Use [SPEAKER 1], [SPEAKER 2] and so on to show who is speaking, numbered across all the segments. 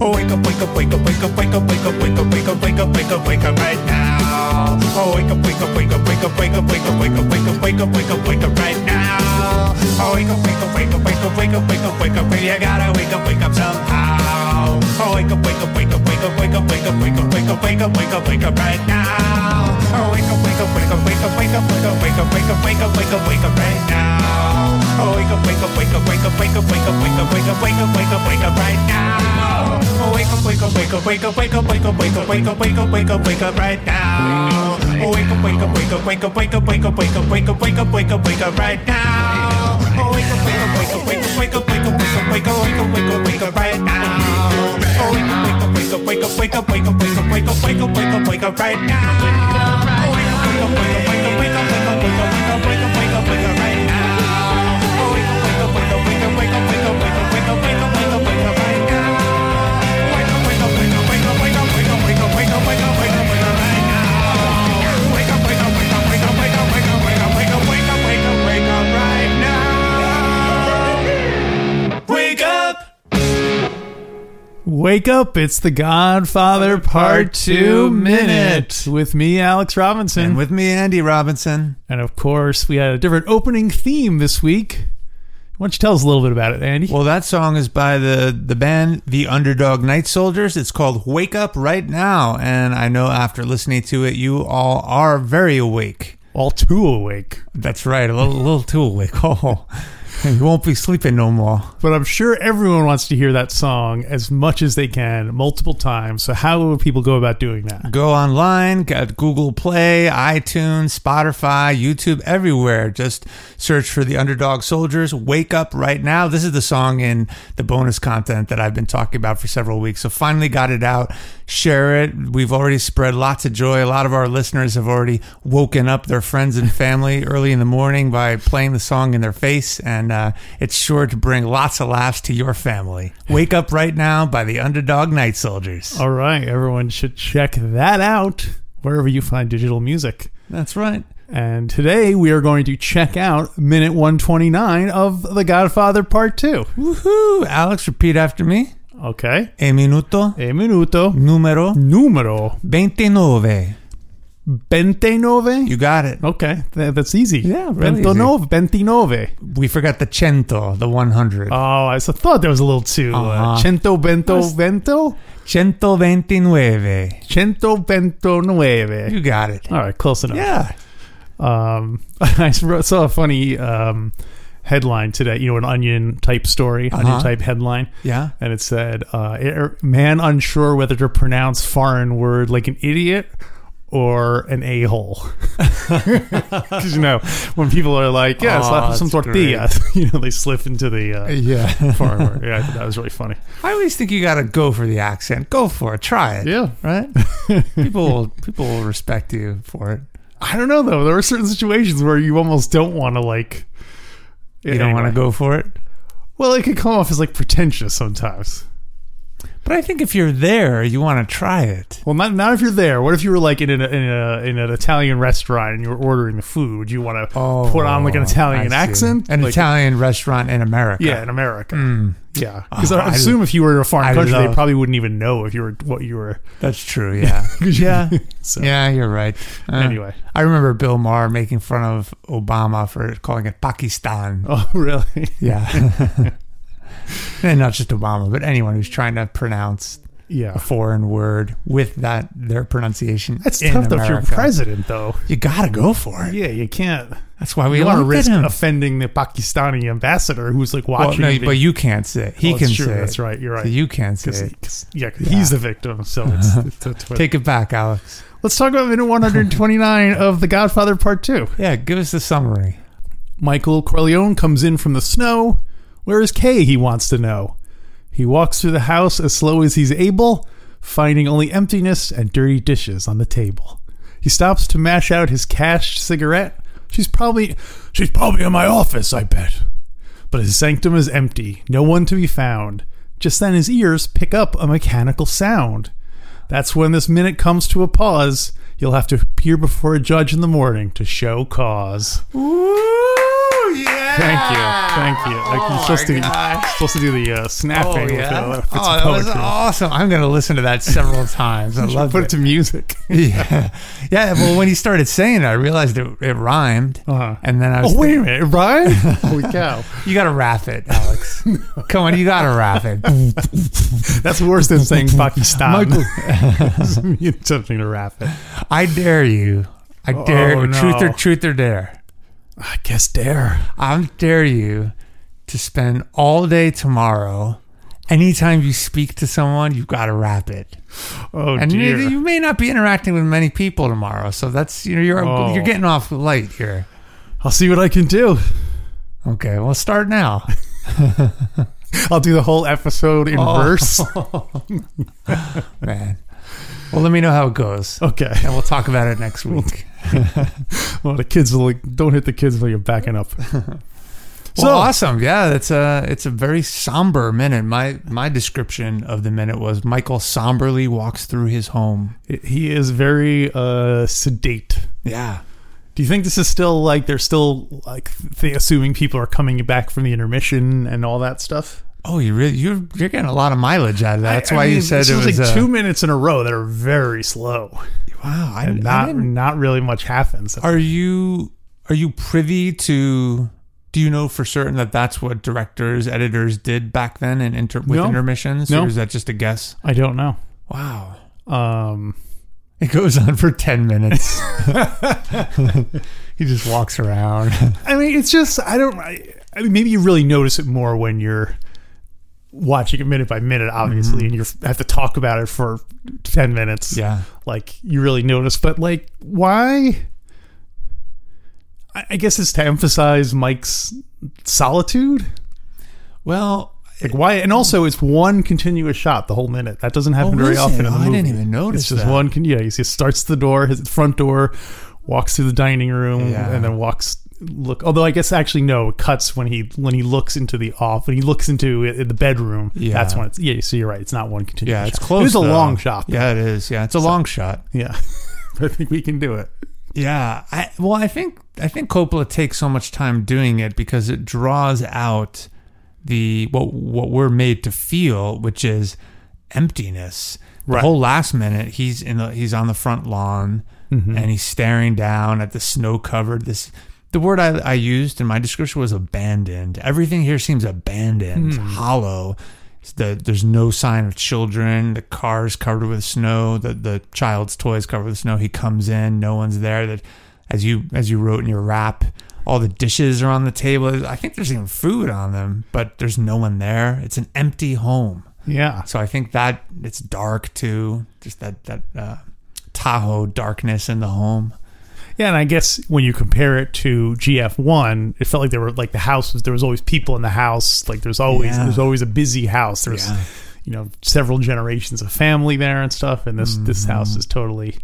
[SPEAKER 1] Oh, wake up, wake up, wake up, wake up, wake up, wake up, wake up, wake up, wake up, wake up, wake up right now. Oh, wake up, wake up, wake up, wake up, wake up, wake up, wake up, wake up, wake up, wake up, wake up right now. Oh, wake up, wake up, wake up, wake up, wake up, wake up, wake up, wake up. You gotta wake up, wake up somehow. Oh, wake up, wake up, wake up, wake up, wake up, wake up, wake up, wake up, wake up, wake up, wake up right now. Oh, wake up, wake up, wake up, wake up, wake up, wake up, wake up, wake up, wake up, wake up, wake up right now. Oh, wake up, wake up, wake up, wake up, wake up, wake up, wake up, wake up, wake up, wake up, wake up right now. Oh, wake up, wake up, wake up, wake up, wake up, wake up, wake up, wake up, wake up, wake up, wake up right now. Oh, wake up, wake up, wake up, wake up, wake up, wake up, wake up, wake up, wake up, wake up, wake up right now. Oh, wake up, wake up, wake up, wake up, wake up, wake up, wake up, wake up, wake up, wake up, wake up right now. Oh, wake up, wake up, wake up, wake up, wake up, wake up, wake up, wake up, wake up, wake up right now. Oh, wake up, wake up, wake up, wake up, wake up, wake up, wake up, wake up, wake up, wake up, wake up right now. Oh, wake up, wake up, wake up, wake up, wake up, wake up, wake up, wake up, wake up, wake up, wake up right now. Wake up, wake up, wake up, wake up, wake up, wake up, wake up, wake up, wake up, wake up, wake up right now. Wake up, wake up, wake up, wake up, wake up, wake up, wake up, wake up, wake up, wake up, wake up right now. Wake up.
[SPEAKER 2] Wake up, it's the Godfather Part 2 Minute with me, Alex Robinson.
[SPEAKER 3] And with me, Andy Robinson.
[SPEAKER 2] And of course, we had a different opening theme this week. Why don't you tell us a little bit about it, Andy?
[SPEAKER 3] Well, that song is by the, the band The Underdog Night Soldiers. It's called Wake Up Right Now. And I know after listening to it, you all are very awake.
[SPEAKER 2] All too awake.
[SPEAKER 3] That's right, a little, a little too awake. Oh, you won't be sleeping no more.
[SPEAKER 2] But I'm sure everyone wants to hear that song as much as they can, multiple times. So, how would people go about doing that?
[SPEAKER 3] Go online, got Google Play, iTunes, Spotify, YouTube, everywhere. Just search for the Underdog Soldiers. Wake up right now. This is the song in the bonus content that I've been talking about for several weeks. So finally got it out. Share it. We've already spread lots of joy. A lot of our listeners have already woken up their friends and family early in the morning by playing the song in their face, and uh, it's sure to bring lots of laughs to your family. Wake up right now by the Underdog Night Soldiers.
[SPEAKER 2] All right, everyone should check that out wherever you find digital music.
[SPEAKER 3] That's right.
[SPEAKER 2] And today we are going to check out minute 129 of The Godfather Part 2.
[SPEAKER 3] Woohoo! Alex, repeat after me.
[SPEAKER 2] Okay.
[SPEAKER 3] E minuto
[SPEAKER 2] E minuto
[SPEAKER 3] numero
[SPEAKER 2] numero
[SPEAKER 3] 29.
[SPEAKER 2] 29.
[SPEAKER 3] You got it.
[SPEAKER 2] Okay, Th- that's easy.
[SPEAKER 3] Yeah, really easy.
[SPEAKER 2] 29, 29.
[SPEAKER 3] We forgot the cento, the 100.
[SPEAKER 2] Oh, I s- thought there was a little too. Uh,
[SPEAKER 3] Uh-huh.
[SPEAKER 2] cento vento vento?
[SPEAKER 3] Centoveintinove.
[SPEAKER 2] Cento vento nueve.
[SPEAKER 3] You got it.
[SPEAKER 2] All right, close enough.
[SPEAKER 3] Yeah.
[SPEAKER 2] Um, I s- wrote- saw a funny um, headline today, you know, an onion type story, onion
[SPEAKER 3] Uh-huh.
[SPEAKER 2] type headline.
[SPEAKER 3] Yeah.
[SPEAKER 2] And it said, uh, er- man unsure whether to pronounce foreign word like an idiot or an a hole. Because, you know, when people are like, yeah,
[SPEAKER 3] Aw,
[SPEAKER 2] slap some
[SPEAKER 3] that's
[SPEAKER 2] tortilla, you know, they slip into the uh,
[SPEAKER 3] Yeah.
[SPEAKER 2] foreign word. Yeah, I thought that was really funny.
[SPEAKER 3] I always think you got to go for the accent. Go for it. Try it.
[SPEAKER 2] Yeah.
[SPEAKER 3] Right? people will, people will respect you for it.
[SPEAKER 2] I don't know, though. There are certain situations where you almost don't want to, like,
[SPEAKER 3] You don't want to go for it.
[SPEAKER 2] Well, it could come off as like pretentious sometimes.
[SPEAKER 3] But I think if you're there, you want to try it.
[SPEAKER 2] Well, not not if you're there. What if you were like in an in, a, in an Italian restaurant and you were ordering the food? Would you want to put on like an Italian
[SPEAKER 3] Oh, I see.
[SPEAKER 2] accent?
[SPEAKER 3] An
[SPEAKER 2] Oh, Like-
[SPEAKER 3] Italian restaurant in America.
[SPEAKER 2] yeah, in America, yeah. Because
[SPEAKER 3] Oh,
[SPEAKER 2] I
[SPEAKER 3] I
[SPEAKER 2] assume if you were in a foreign
[SPEAKER 3] I
[SPEAKER 2] country, they
[SPEAKER 3] love-
[SPEAKER 2] probably wouldn't even know if you were what you were.
[SPEAKER 3] That's true. Yeah. yeah.
[SPEAKER 2] So,
[SPEAKER 3] Yeah, you're right. Uh,
[SPEAKER 2] Anyway.
[SPEAKER 3] I remember Bill Maher making fun of Obama for calling it Pakistan.
[SPEAKER 2] Oh, really?
[SPEAKER 3] Yeah. and not just Obama, but anyone who's trying to pronounce
[SPEAKER 2] Yeah.
[SPEAKER 3] a foreign word with that their pronunciation.
[SPEAKER 2] That's
[SPEAKER 3] in
[SPEAKER 2] tough though. If you're
[SPEAKER 3] America.
[SPEAKER 2] president, though,
[SPEAKER 3] You gotta go for it.
[SPEAKER 2] yeah, you can't.
[SPEAKER 3] That's why we
[SPEAKER 2] You want to
[SPEAKER 3] elected
[SPEAKER 2] risk
[SPEAKER 3] him.
[SPEAKER 2] offending the Pakistani ambassador who's like
[SPEAKER 3] well,
[SPEAKER 2] watching.
[SPEAKER 3] no,
[SPEAKER 2] and being-
[SPEAKER 3] but you can't say. it. He
[SPEAKER 2] Oh,
[SPEAKER 3] can
[SPEAKER 2] that's true.
[SPEAKER 3] say. it.
[SPEAKER 2] That's right. You're right.
[SPEAKER 3] So you can't say.
[SPEAKER 2] 'Cause-
[SPEAKER 3] it.
[SPEAKER 2] 'cause- yeah, 'cause he's the victim. So it's, it's, it's what-
[SPEAKER 3] Take it back, Alex.
[SPEAKER 2] Let's talk about minute 129 of The Godfather Part 2.
[SPEAKER 3] Yeah, give us the summary.
[SPEAKER 2] Michael Corleone comes in from the snow. Where is Kay? He wants to know. He walks through the house as slow as he's able, finding only emptiness and dirty dishes on the table. He stops to mash out his cashed cigarette. She's probably she's probably in my office, I bet. But his sanctum is empty, no one to be found. Just then his ears pick up a mechanical sound. That's when this minute comes to a pause. You'll have to appear before a judge in the morning to show cause.
[SPEAKER 3] Ooh, yeah. Yeah.
[SPEAKER 2] Thank you. Thank you. Like,
[SPEAKER 3] Oh,
[SPEAKER 2] you're supposed,
[SPEAKER 3] my
[SPEAKER 2] to,
[SPEAKER 3] gosh.
[SPEAKER 2] supposed to do the uh,
[SPEAKER 3] Oh,
[SPEAKER 2] snapping
[SPEAKER 3] yeah.
[SPEAKER 2] with the
[SPEAKER 3] oh that was
[SPEAKER 2] poetry.
[SPEAKER 3] awesome. I'm going to listen to that several times. I love
[SPEAKER 2] Put it to
[SPEAKER 3] it.
[SPEAKER 2] music.
[SPEAKER 3] yeah. yeah. Well, when he started saying it, I realized it, it rhymed.
[SPEAKER 2] Uh-huh.
[SPEAKER 3] And then I was
[SPEAKER 2] Oh, wait a minute, it rhymed? Holy cow.
[SPEAKER 3] thinking, you got to wrap it, Alex. Come on, you got to wrap it.
[SPEAKER 2] That's worse than saying Pakistan.
[SPEAKER 3] Michael-
[SPEAKER 2] You're attempting to rap it.
[SPEAKER 3] I dare you. I dare
[SPEAKER 2] Oh,
[SPEAKER 3] truth or
[SPEAKER 2] no.
[SPEAKER 3] truth or dare.
[SPEAKER 2] I guess dare.
[SPEAKER 3] I dare you to spend all day tomorrow. Anytime you speak to someone, you've got to wrap it.
[SPEAKER 2] Oh,
[SPEAKER 3] and you,
[SPEAKER 2] dear.
[SPEAKER 3] you may not be interacting with many people tomorrow, so that's you know you're
[SPEAKER 2] Oh.
[SPEAKER 3] you're getting off light here.
[SPEAKER 2] I'll see what I can do.
[SPEAKER 3] Okay, well start now.
[SPEAKER 2] I'll do the whole episode in
[SPEAKER 3] Oh.
[SPEAKER 2] verse.
[SPEAKER 3] Man. Well, let me know how it goes,
[SPEAKER 2] Okay.
[SPEAKER 3] and we'll talk about it next week.
[SPEAKER 2] Well, the kids will like, don't hit the kids while you're backing up.
[SPEAKER 3] Well, awesome. Yeah, that's a it's a very somber minute. My my description of the minute was Michael somberly walks through his home.
[SPEAKER 2] he is very uh, sedate.
[SPEAKER 3] Yeah.
[SPEAKER 2] Do you think this is still like they're still like th- assuming people are coming back from the intermission and all that stuff?
[SPEAKER 3] Oh, you really you're you're getting a lot of mileage out of that. That's
[SPEAKER 2] I- I
[SPEAKER 3] why you
[SPEAKER 2] mean,
[SPEAKER 3] said
[SPEAKER 2] this
[SPEAKER 3] it was,
[SPEAKER 2] like
[SPEAKER 3] a,
[SPEAKER 2] two minutes in a row that are very slow
[SPEAKER 3] Wow, I,
[SPEAKER 2] and
[SPEAKER 3] I
[SPEAKER 2] not
[SPEAKER 3] didn't-
[SPEAKER 2] not really much happens.
[SPEAKER 3] Are you are you privy to? Do you know for certain that that's what directors, editors did back then in inter, with
[SPEAKER 2] No.
[SPEAKER 3] intermissions?
[SPEAKER 2] No.
[SPEAKER 3] Or is that just a guess?
[SPEAKER 2] I don't know.
[SPEAKER 3] Wow.
[SPEAKER 2] Um,
[SPEAKER 3] It goes on for 10 minutes. he just walks around.
[SPEAKER 2] I mean, it's just I don't. I, I mean, maybe you really notice it more when you're watching it minute by minute, obviously, and you have to talk about it for ten minutes.
[SPEAKER 3] Mm-hmm. Yeah.
[SPEAKER 2] like you really notice. But like, why? I, I guess it's to emphasize Mike's solitude.
[SPEAKER 3] Well,
[SPEAKER 2] Like why? And also, it's one continuous shot the whole minute. That doesn't happen
[SPEAKER 3] Oh,
[SPEAKER 2] very
[SPEAKER 3] is
[SPEAKER 2] often.
[SPEAKER 3] it?
[SPEAKER 2] In the
[SPEAKER 3] Oh, I
[SPEAKER 2] movie.
[SPEAKER 3] didn't even notice
[SPEAKER 2] It's just
[SPEAKER 3] that.
[SPEAKER 2] one. Con- yeah, he just starts the door, his front door, walks through the dining room,
[SPEAKER 3] Yeah.
[SPEAKER 2] and then walks. Look, although I guess actually no, it cuts when he when he looks into the off when he looks into i- the bedroom.
[SPEAKER 3] Yeah.
[SPEAKER 2] that's when it's yeah. So you're right. It's not one continuous.
[SPEAKER 3] yeah, it's
[SPEAKER 2] shot.
[SPEAKER 3] close.
[SPEAKER 2] It is a
[SPEAKER 3] though.
[SPEAKER 2] long shot.
[SPEAKER 3] Yeah, it is. Yeah, it's a long shot.
[SPEAKER 2] yeah. I think we can do it.
[SPEAKER 3] Yeah. I, well, I think I think Coppola takes so much time doing it because it draws out the what what we're made to feel, which is emptiness. The
[SPEAKER 2] Right.
[SPEAKER 3] whole last minute, he's in the he's on the front lawn and he's staring down at the snow covered this. The word I, I used in my description was abandoned. Everything here seems abandoned, hollow. It's The, there's no sign of children. The car's covered with snow. The the child's toys covered with snow. He comes in, no one's there. That as you as you wrote in your rap, all the dishes are on the table. I think there's even food on them, but there's no one there. It's an empty home.
[SPEAKER 2] Yeah.
[SPEAKER 3] So I think that it's dark too. Just that that uh, Tahoe darkness in the home.
[SPEAKER 2] Yeah, and I guess when you compare it to GF one, it felt like there were like the house was there was always people in the house. Like there's always
[SPEAKER 3] Yeah.
[SPEAKER 2] there's always a busy house. There's
[SPEAKER 3] Yeah.
[SPEAKER 2] you know several generations of family there and stuff. And this this house is totally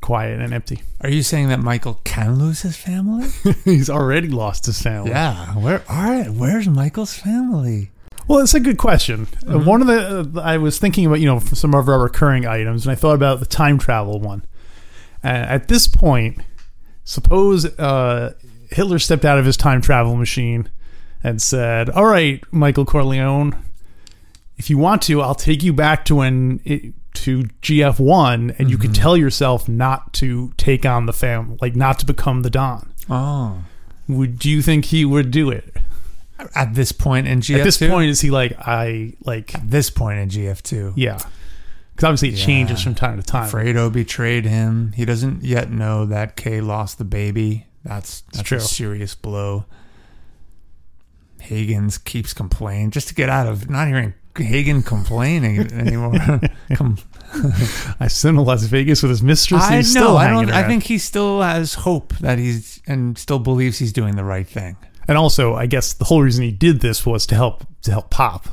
[SPEAKER 2] quiet and empty.
[SPEAKER 3] Are you saying that Michael can lose his family?
[SPEAKER 2] He's already lost his family.
[SPEAKER 3] yeah. Where are Where's Michael's family?
[SPEAKER 2] Well, it's a good question. Uh, One of the uh, I was thinking about you know for some of our recurring items, and I thought about the time travel one. Uh, at this point, suppose uh, Hitler stepped out of his time travel machine and said, "All right, Michael Corleone, if you want to, I'll take you back to when it, to GF one, and you can tell yourself not to take on the fam, like not to become the Don."
[SPEAKER 3] Oh.
[SPEAKER 2] Would do you think he would do it?
[SPEAKER 3] At this point in GF2.
[SPEAKER 2] At this point, is he like I like?
[SPEAKER 3] This point in GF2.
[SPEAKER 2] Yeah. Because obviously it changes
[SPEAKER 3] Yeah.
[SPEAKER 2] from time to time.
[SPEAKER 3] Fredo betrayed him. He doesn't yet know that Kay lost the baby. That's that's
[SPEAKER 2] true.
[SPEAKER 3] a serious blow. Hagen's keeps complaining just to get out of not hearing Hagen complaining anymore. Com-
[SPEAKER 2] I sent to Las Vegas with his mistress. and
[SPEAKER 3] I
[SPEAKER 2] he's
[SPEAKER 3] know.
[SPEAKER 2] still
[SPEAKER 3] I
[SPEAKER 2] hanging
[SPEAKER 3] don't. I
[SPEAKER 2] around.
[SPEAKER 3] think he still has hope that he's and still believes he's doing the right thing.
[SPEAKER 2] And also, I guess the whole reason he did this was to help to help Pop.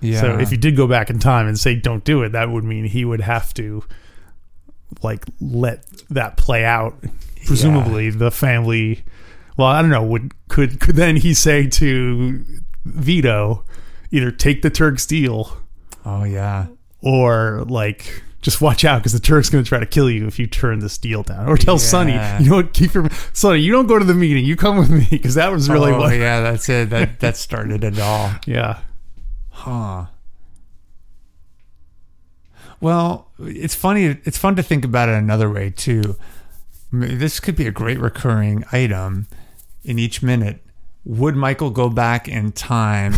[SPEAKER 3] Yeah.
[SPEAKER 2] So if you did go back in time and say don't do it, that would mean he would have to like let that play out. Presumably, the family. Well, I don't know. Would could could then he say to Vito, either take the Turk's deal
[SPEAKER 3] oh yeah.
[SPEAKER 2] or like just watch out because the Turk's going to try to kill you if you turn this deal down. Or tell
[SPEAKER 3] Yeah.
[SPEAKER 2] Sonny, you know what? Keep your Sonny. You don't go to the meeting. You come with me because that was really
[SPEAKER 3] oh,
[SPEAKER 2] what. Yeah.
[SPEAKER 3] yeah, that's it. That that started it all. Huh. Well, it's funny. It's fun to think about it another way too. I mean, This could be a great recurring item in each minute. Would Michael go back in time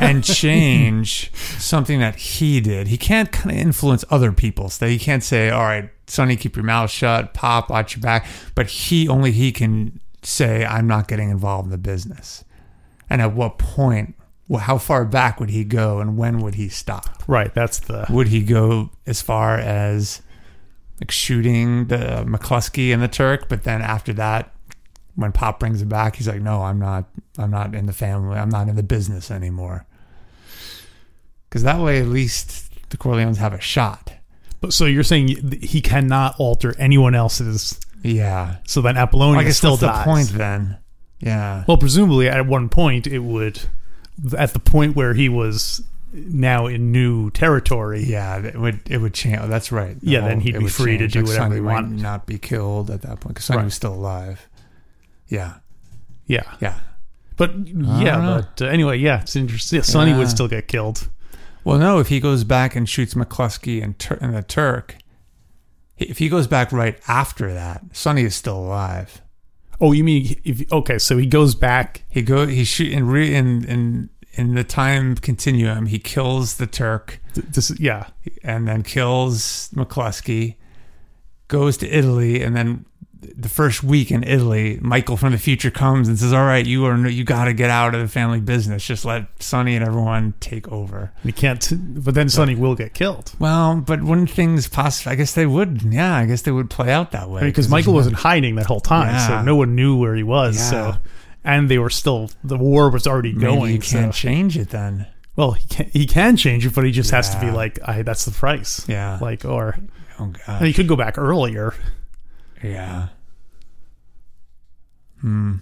[SPEAKER 3] and change something that he did? He can't kind of influence other people. So he can't say, "All right, Sonny, keep your mouth shut. Pop, watch your back." But he only he can say, "I'm not getting involved in the business." And at what point? Well, how far back would he go, and when would he stop?
[SPEAKER 2] right. That's the
[SPEAKER 3] would he go as far as like shooting the McCluskey and the Turk? But then after that, when Pop brings him back, he's like, "No, I'm not. I'm not in the family. I'm not in the business anymore." Because that way, at least the Corleones have a shot.
[SPEAKER 2] But so you're saying th- he cannot alter anyone else's.
[SPEAKER 3] Yeah,
[SPEAKER 2] So then Apollonia
[SPEAKER 3] I guess
[SPEAKER 2] still
[SPEAKER 3] what's
[SPEAKER 2] dies.
[SPEAKER 3] the point then. Yeah,
[SPEAKER 2] Well, presumably at one point it would, at the point where he was now in new territory.
[SPEAKER 3] yeah, it would it would change. Oh, that's right. The
[SPEAKER 2] Yeah, then he'd
[SPEAKER 3] it
[SPEAKER 2] be
[SPEAKER 3] would
[SPEAKER 2] free to do
[SPEAKER 3] Like,
[SPEAKER 2] whatever
[SPEAKER 3] Sonny
[SPEAKER 2] he
[SPEAKER 3] might
[SPEAKER 2] wanted.
[SPEAKER 3] Not be killed at that point because Sonny
[SPEAKER 2] Right.
[SPEAKER 3] was still alive. Yeah,
[SPEAKER 2] Yeah.
[SPEAKER 3] yeah.
[SPEAKER 2] But yeah,
[SPEAKER 3] know.
[SPEAKER 2] but uh, anyway, yeah, it's interesting. Yeah, Sonny
[SPEAKER 3] Yeah.
[SPEAKER 2] would still get killed.
[SPEAKER 3] Well, no, if he goes back and shoots McCluskey and, Tur- and the Turk, if he goes back right after that, Sonny is still alive.
[SPEAKER 2] Oh, you mean if okay? So he goes back.
[SPEAKER 3] He go he shoot in re- in in in the time continuum. He kills the Turk
[SPEAKER 2] th- This is- yeah,
[SPEAKER 3] and then kills McCluskey, goes to Italy, and then the first week in Italy, Michael from the future comes and says, "All right, you are you got to get out of the family business. Just let Sonny and everyone take over."
[SPEAKER 2] and he can't. But then Sonny will get killed
[SPEAKER 3] Well, but wouldn't things possibly? I guess they would. Yeah, I guess they would play out that way.
[SPEAKER 2] because
[SPEAKER 3] there's
[SPEAKER 2] Michael
[SPEAKER 3] no-
[SPEAKER 2] wasn't hiding that whole time,
[SPEAKER 3] Yeah.
[SPEAKER 2] so no one knew where he was.
[SPEAKER 3] Yeah.
[SPEAKER 2] So, and they were still the war was already
[SPEAKER 3] Maybe
[SPEAKER 2] going.
[SPEAKER 3] You can't
[SPEAKER 2] so-
[SPEAKER 3] change it then.
[SPEAKER 2] well, he can he can change it, but he just has to be
[SPEAKER 3] Yeah.
[SPEAKER 2] like, I that's the price.
[SPEAKER 3] Yeah.
[SPEAKER 2] like or
[SPEAKER 3] Oh
[SPEAKER 2] and
[SPEAKER 3] god.
[SPEAKER 2] he could go back earlier.
[SPEAKER 3] Yeah. Hmm.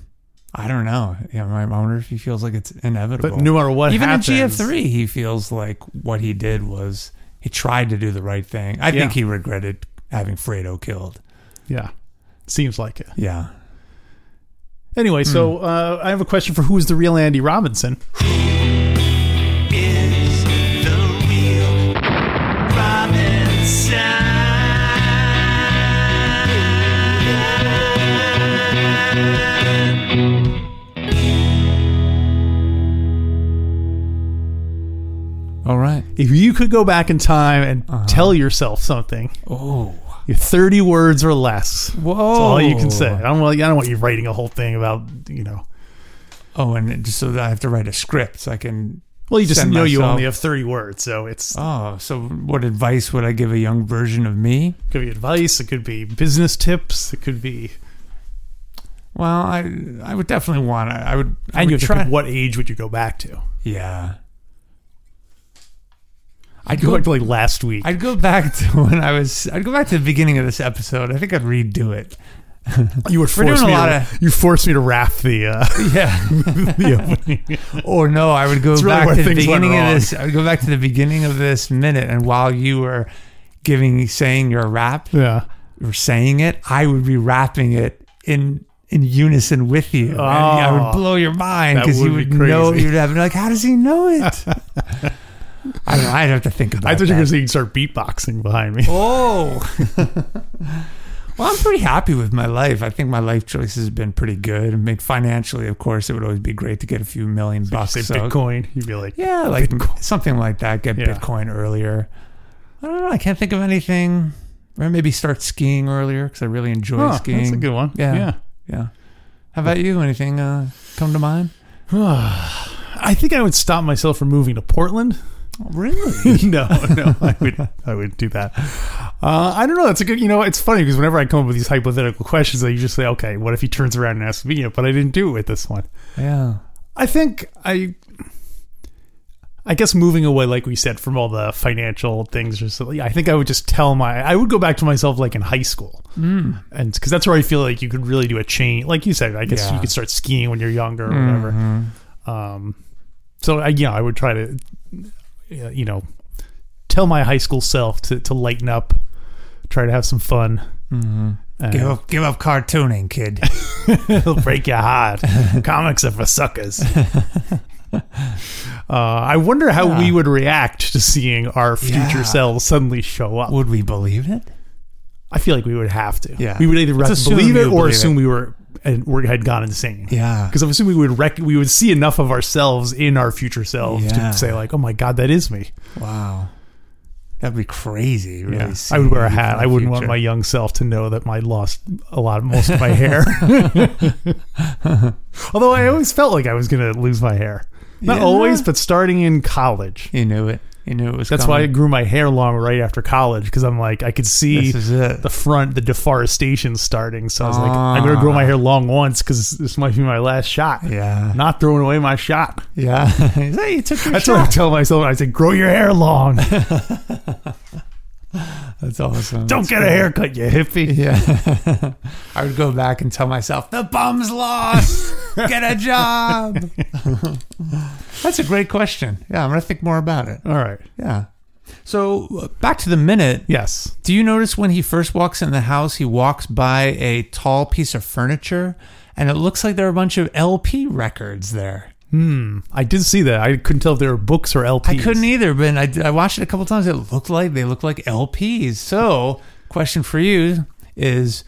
[SPEAKER 3] I don't know. Yeah, I I wonder if he feels like it's inevitable.
[SPEAKER 2] But no matter what,
[SPEAKER 3] Even
[SPEAKER 2] happens,
[SPEAKER 3] in GF three, he feels like what he did was he tried to do the right thing. I
[SPEAKER 2] Yeah.
[SPEAKER 3] think he regretted having Fredo killed.
[SPEAKER 2] yeah, seems like it.
[SPEAKER 3] Yeah.
[SPEAKER 2] Anyway,
[SPEAKER 3] Hmm.
[SPEAKER 2] so uh, I have a question for who is the real Andy Robinson?
[SPEAKER 1] is the real Robinson.
[SPEAKER 3] All right.
[SPEAKER 2] If you could go back in time and
[SPEAKER 3] Uh-huh.
[SPEAKER 2] tell yourself something,
[SPEAKER 3] Oh.
[SPEAKER 2] You're 30 words or less. That's
[SPEAKER 3] Whoa.
[SPEAKER 2] all you can say. I don't, want, I don't want you writing a whole thing about, you know.
[SPEAKER 3] Oh, and it- just so that I have to write a script so I can.
[SPEAKER 2] Well, you just
[SPEAKER 3] Send
[SPEAKER 2] know you
[SPEAKER 3] myself-
[SPEAKER 2] only have 30 words. So it's
[SPEAKER 3] Oh, so what advice would I give a young version of me?
[SPEAKER 2] it could be advice, it could be business tips, it could be.
[SPEAKER 3] Well, I I would definitely want. I, I would. I
[SPEAKER 2] And
[SPEAKER 3] would
[SPEAKER 2] you have to
[SPEAKER 3] try.
[SPEAKER 2] pick what age would you go back to?
[SPEAKER 3] Yeah.
[SPEAKER 2] I'd go back to like last week.
[SPEAKER 3] I'd go back to when I was. I'd go back to the beginning of this episode. I think I'd redo it.
[SPEAKER 2] you would
[SPEAKER 3] we're doing
[SPEAKER 2] force
[SPEAKER 3] a
[SPEAKER 2] me.
[SPEAKER 3] lot
[SPEAKER 2] to,
[SPEAKER 3] of-
[SPEAKER 2] you forced me to wrap the uh,
[SPEAKER 3] Yeah.
[SPEAKER 2] the opening.
[SPEAKER 3] or no, I would go
[SPEAKER 2] really
[SPEAKER 3] back
[SPEAKER 2] where
[SPEAKER 3] to the
[SPEAKER 2] things went
[SPEAKER 3] beginning of
[SPEAKER 2] wrong.
[SPEAKER 3] this. I would go back to the beginning of this minute, and while you were giving saying your rap,
[SPEAKER 2] Yeah.
[SPEAKER 3] or saying it, I would be rapping it in in unison with you. and I
[SPEAKER 2] Oh.
[SPEAKER 3] would blow your mind
[SPEAKER 2] That
[SPEAKER 3] because you
[SPEAKER 2] would
[SPEAKER 3] would
[SPEAKER 2] be
[SPEAKER 3] know
[SPEAKER 2] crazy.
[SPEAKER 3] you'd have like, how does he know it? I don't know. I'd have to think about.
[SPEAKER 2] I thought you were going to
[SPEAKER 3] that.
[SPEAKER 2] say you'd start beatboxing behind me.
[SPEAKER 3] Oh. well, I'm pretty happy with my life. I think my life choices have been pretty good. I mean, financially, of course, it would always be great to get a few million bucks.
[SPEAKER 2] say
[SPEAKER 3] so-
[SPEAKER 2] Bitcoin. You'd be like,
[SPEAKER 3] Yeah, like something like that. Get
[SPEAKER 2] Yeah.
[SPEAKER 3] Bitcoin earlier. I don't know. I can't think of anything. Or maybe start skiing earlier because I really enjoy
[SPEAKER 2] "Huh,
[SPEAKER 3] skiing.
[SPEAKER 2] that's a good one.
[SPEAKER 3] Yeah.
[SPEAKER 2] yeah.
[SPEAKER 3] Yeah. How about you? Anything uh, come to mind?
[SPEAKER 2] I think I would stop myself from moving to Portland.
[SPEAKER 3] Really?
[SPEAKER 2] no, no, I would, I would do that. Uh, I don't know. That's a good. You know, it's funny because whenever I come up with these hypothetical questions, I usually say, "Okay, what if he turns around and asks me?" it?" But I didn't do it with this one.
[SPEAKER 3] Yeah.
[SPEAKER 2] I think I, I guess moving away, like we said, from all the financial things, or something. I think I would just tell my. I would go back to myself like in high school,
[SPEAKER 3] Hmm.
[SPEAKER 2] mm. and because that's where I feel like you could really do a change. Like you said, I guess
[SPEAKER 3] Yeah. Mm-hmm.
[SPEAKER 2] you could start skiing when you're younger or whatever. Um, so I, yeah, I would try to, uh, you know, tell my high school self to, to lighten up, try to have some fun. And
[SPEAKER 3] Mm-hmm. Give up, give up cartooning, kid.
[SPEAKER 2] it'll break your heart. Comics are for suckers. Uh, I wonder how we would react to seeing our future
[SPEAKER 3] Yeah.
[SPEAKER 2] selves suddenly show up.
[SPEAKER 3] Would we believe it?
[SPEAKER 2] I feel like we would have to.
[SPEAKER 3] Yeah.
[SPEAKER 2] we would either
[SPEAKER 3] Let's
[SPEAKER 2] have to
[SPEAKER 3] assume
[SPEAKER 2] believe it
[SPEAKER 3] you
[SPEAKER 2] or
[SPEAKER 3] believe
[SPEAKER 2] assume we were and we had gone insane.
[SPEAKER 3] Yeah.
[SPEAKER 2] because I'm assuming we would rec- we would see enough of ourselves in our future selves
[SPEAKER 3] Yeah.
[SPEAKER 2] to say like, oh my god, that is me.
[SPEAKER 3] Wow. That'd be crazy. Really
[SPEAKER 2] Yeah.
[SPEAKER 3] see
[SPEAKER 2] I would wear a
[SPEAKER 3] you
[SPEAKER 2] hat.
[SPEAKER 3] from the
[SPEAKER 2] I wouldn't want
[SPEAKER 3] future.
[SPEAKER 2] my young self to know that I lost a lot of most of my hair. Although I always felt like I was going to lose my hair. Not
[SPEAKER 3] Yeah.
[SPEAKER 2] always, but starting in college.
[SPEAKER 3] You knew it. You knew it was.
[SPEAKER 2] That's why I
[SPEAKER 3] coming.
[SPEAKER 2] grew my hair long right after college because I'm like, I could see
[SPEAKER 3] This is it.
[SPEAKER 2] the front, the deforestation starting. So I was like, I'm going to grow my hair long once because this might be my last shot.
[SPEAKER 3] Ah. Yeah.
[SPEAKER 2] Not throwing away my shot.
[SPEAKER 3] Yeah. Hey, you took your
[SPEAKER 2] That's what I
[SPEAKER 3] shot.
[SPEAKER 2] tell myself. I say, grow your hair long.
[SPEAKER 3] That's awesome.
[SPEAKER 2] Don't get a haircut, you hippie.
[SPEAKER 3] Yeah. I would go back and tell myself, the bum's lost. Get a job. That's a great question. Yeah, I'm going to think more about it.
[SPEAKER 2] All right.
[SPEAKER 3] Yeah. So uh, back to the minute.
[SPEAKER 2] Yes.
[SPEAKER 3] Do you notice when he first walks in the house, he walks by a tall piece of furniture and it looks like there are a bunch of LP records there?
[SPEAKER 2] I did see that. I couldn't tell if they were books or LPs.
[SPEAKER 3] I couldn't either, but I, I watched it a couple times. It looked like they looked like LPs. So, question for you is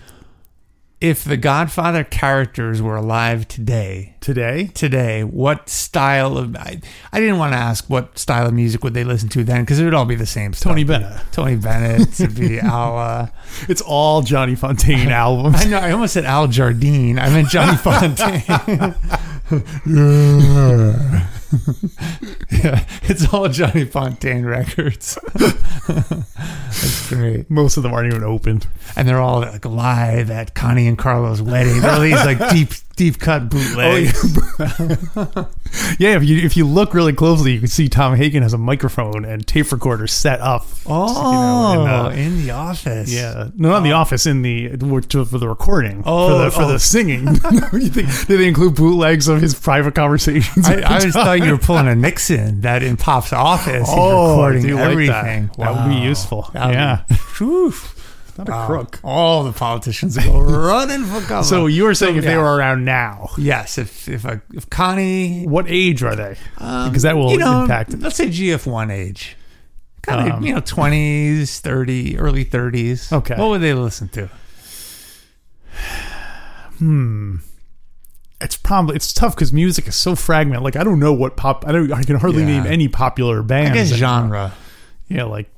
[SPEAKER 3] if the Godfather characters were alive today,
[SPEAKER 2] today.
[SPEAKER 3] today, what style of I, I didn't want to ask what style of music would they listen to then because it would all be the same stuff.
[SPEAKER 2] Tony Bennett.
[SPEAKER 3] Tony Bennett to be Al. Uh,
[SPEAKER 2] It's all Johnny Fontaine albums.
[SPEAKER 3] I know I almost said Al Jardine. I meant Johnny Fontaine. yeah, it's all Johnny Fontaine records. That's great.
[SPEAKER 2] Most of them aren't even opened.
[SPEAKER 3] And they're all like live at Connie and Carlo's wedding. They're all these like deep, deep cut bootlegs.
[SPEAKER 2] Yeah, if you if you look really closely, you can see Tom Hagen has a microphone and tape recorder set up. Oh,
[SPEAKER 3] Oh.
[SPEAKER 2] you know, in, uh,
[SPEAKER 3] in the office.
[SPEAKER 2] yeah, no, not in the office. In the to- for the recording.
[SPEAKER 3] Oh,
[SPEAKER 2] for the, for
[SPEAKER 3] oh.
[SPEAKER 2] the singing. you think, did they include bootlegs of his private conversations?
[SPEAKER 3] I,
[SPEAKER 2] with
[SPEAKER 3] I always
[SPEAKER 2] Tom?
[SPEAKER 3] thought you were pulling a Nixon that in Pop's office.
[SPEAKER 2] Oh,
[SPEAKER 3] he's recording
[SPEAKER 2] I do like that.
[SPEAKER 3] everything.
[SPEAKER 2] That would be useful.
[SPEAKER 3] That would
[SPEAKER 2] Yeah.
[SPEAKER 3] be- Whew.
[SPEAKER 2] not a
[SPEAKER 3] Wow.
[SPEAKER 2] crook.
[SPEAKER 3] Um, All the politicians go running for cover.
[SPEAKER 2] So you were saying if they
[SPEAKER 3] yeah.
[SPEAKER 2] were around now,
[SPEAKER 3] yes, if if a, if Connie,
[SPEAKER 2] what age are they?
[SPEAKER 3] um,
[SPEAKER 2] because that will
[SPEAKER 3] you know,
[SPEAKER 2] impact it.
[SPEAKER 3] Let's say GF one age, kind of
[SPEAKER 2] Um,
[SPEAKER 3] you know twenties, thirty, early thirties.
[SPEAKER 2] Okay.
[SPEAKER 3] what would they listen to?
[SPEAKER 2] it's probably it's tough because music is so fragmented. Like I don't know what pop. I don't. I can hardly
[SPEAKER 3] Yeah.
[SPEAKER 2] name any popular
[SPEAKER 3] I
[SPEAKER 2] bands.
[SPEAKER 3] guess genre.
[SPEAKER 2] Yeah, like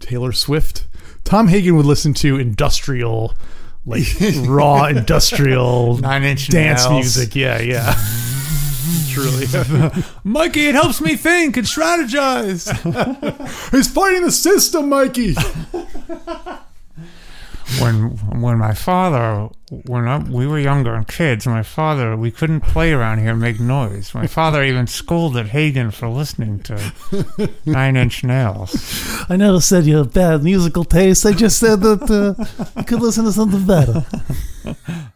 [SPEAKER 2] Taylor Swift. Tom Hagen would listen to industrial, like raw industrial
[SPEAKER 3] Nine Inch
[SPEAKER 2] dance
[SPEAKER 3] Nails.
[SPEAKER 2] music. Yeah, yeah. Truly,
[SPEAKER 3] Mikey, it helps me think and strategize.
[SPEAKER 2] he's fighting the system, Mikey.
[SPEAKER 3] when when my father, when I, we were younger and kids, my father, we couldn't play around here and make noise. My father even scolded Hagen for listening to Nine Inch Nails.
[SPEAKER 2] I never said you have bad musical taste. I just said that uh, you could listen to something better.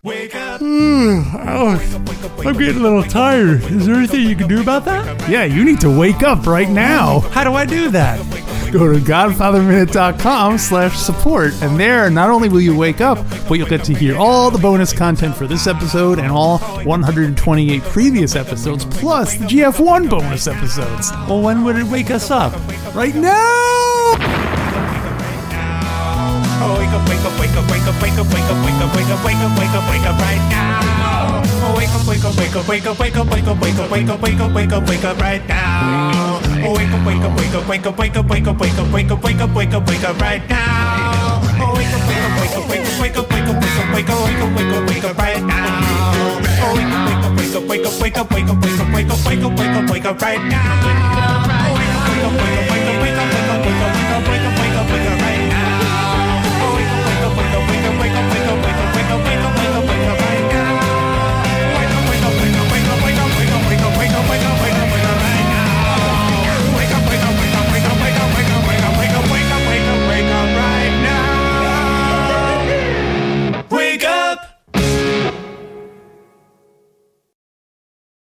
[SPEAKER 1] Wake up.
[SPEAKER 3] Oh, I'm getting a little tired. Is there anything you can do about that?
[SPEAKER 2] Yeah, you need to wake up right now.
[SPEAKER 3] How do I do that?
[SPEAKER 2] go to godfatherminute.com slash support and there not only will you wake up but you'll get to hear all the bonus content for this episode and all 128 previous episodes plus the gf1 bonus episodes
[SPEAKER 3] Well, when would it wake us up?
[SPEAKER 2] right now
[SPEAKER 1] Oh, wake up, wake up, wake up, wake up, wake up, wake up, wake up, wake up, wake up, wake up, wake up right now. Oh, wake up, wake up, wake up, wake up, wake up, wake up, wake up, wake up, wake up, wake up, wake up right now. Oh, wake up, wake up, wake up, wake up, wake up, wake up, wake up, wake up, wake up, wake up, wake up right now. Oh, wake up, wake up, wake up, wake up, wake up, wake up, wake up, wake up, wake up, wake up, wake up right now. Oh, wake up, wake up, wake up, wake up, wake up, wake up, wake up, wake up, wake up, wake up, wake up right now. Oh, wake up, wake up, wake up, wake up.